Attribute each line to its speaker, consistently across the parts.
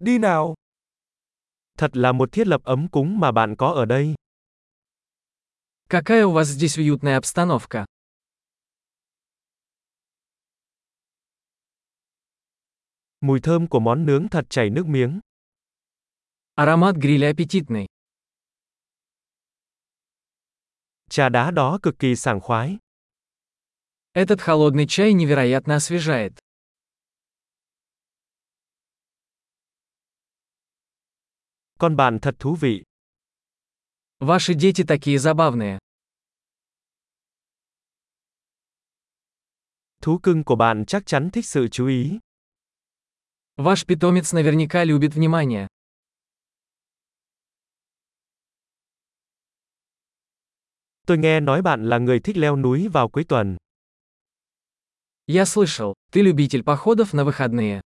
Speaker 1: đi nào. Thật là một thiết lập ấm cúng mà bạn có ở đây.
Speaker 2: Какая у вас здесь уютная обстановка?
Speaker 1: Mùi thơm của món nướng thật chảy nước miếng.
Speaker 2: Аромат гриля аппетитный.
Speaker 1: Trà đá đó cực kỳ sảng khoái.
Speaker 2: Этот холодный чай невероятно освежает.
Speaker 1: Con bạn thật thú vị.
Speaker 2: Ваши дети такие забавные.
Speaker 1: Thú cưng của bạn chắc chắn thích sự chú ý.
Speaker 2: Ваш питомец наверняка любит внимание.
Speaker 1: Tôi nghe nói bạn là người thích leo núi vào cuối tuần.
Speaker 2: Я слышал, ты любитель походов на выходные.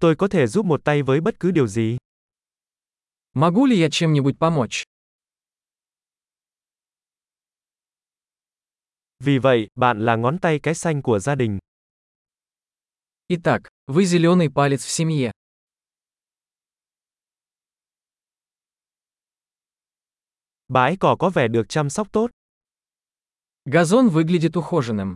Speaker 1: Tôi có thể giúp một tay với bất cứ điều gì.
Speaker 2: Могу ли я чем-нибудь помочь?
Speaker 1: Vì vậy, bạn là ngón tay cái xanh của gia đình.
Speaker 2: Итак, вы зеленый палец в семье.
Speaker 1: Bãi cỏ có vẻ được chăm sóc tốt.
Speaker 2: Газон выглядит ухоженным.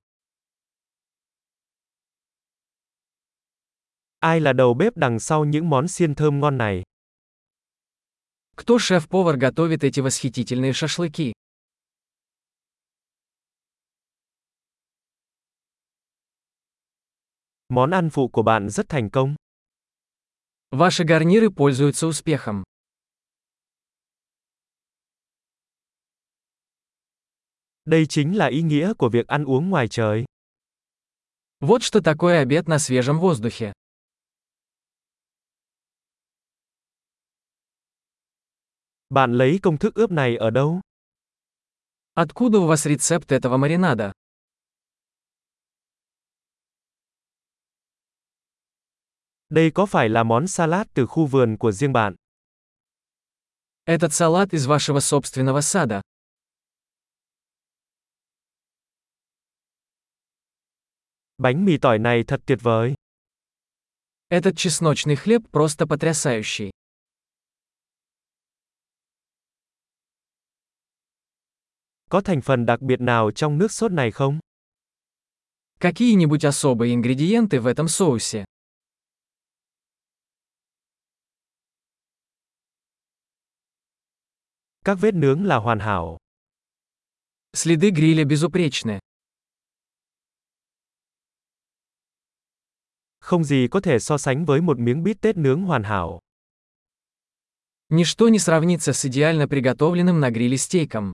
Speaker 1: Ai là đầu bếp đằng sau những món xiên thơm ngon này?
Speaker 2: Кто шеф-повар готовит эти восхитительные шашлыки?
Speaker 1: Món ăn phụ của bạn rất thành công.
Speaker 2: Ваши гарниры пользуются успехом.
Speaker 1: Đây chính là ý nghĩa của việc ăn uống ngoài trời.
Speaker 2: Вот что такое обед на свежем воздухе.
Speaker 1: Bạn lấy công thức ướp này ở đâu?
Speaker 2: Откуда у вас рецепт этого маринада?
Speaker 1: Đây có phải là món salad từ khu vườn của riêng bạn?
Speaker 2: Этот салат из вашего собственного сада.
Speaker 1: Bánh mì tỏi này thật tuyệt vời.
Speaker 2: Этот чесночный хлеб просто потрясающий.
Speaker 1: Có thành phần đặc biệt nào trong nước sốt này không?
Speaker 2: Какие-нибудь особые ингредиенты в этом соусе?
Speaker 1: Các vết nướng là hoàn hảo.
Speaker 2: Следы гриля безупречны.
Speaker 1: Không gì có thể so sánh với một miếng bít tết nướng hoàn hảo.
Speaker 2: Ничто не сравнится с идеально приготовленным на гриле стейком.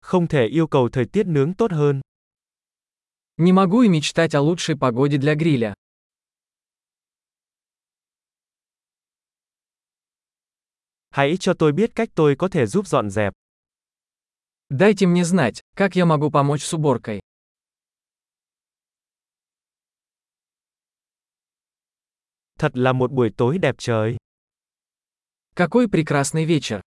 Speaker 1: Không thể yêu cầu thời tiết nướng tốt hơn.
Speaker 2: Не могу и мечтать о лучшей погоде для гриля.
Speaker 1: Hãy cho tôi biết cách tôi có thể giúp dọn dẹp.
Speaker 2: Дайте мне знать, как я могу помочь с уборкой.
Speaker 1: Thật là một buổi tối đẹp trời.
Speaker 2: Какой прекрасный вечер.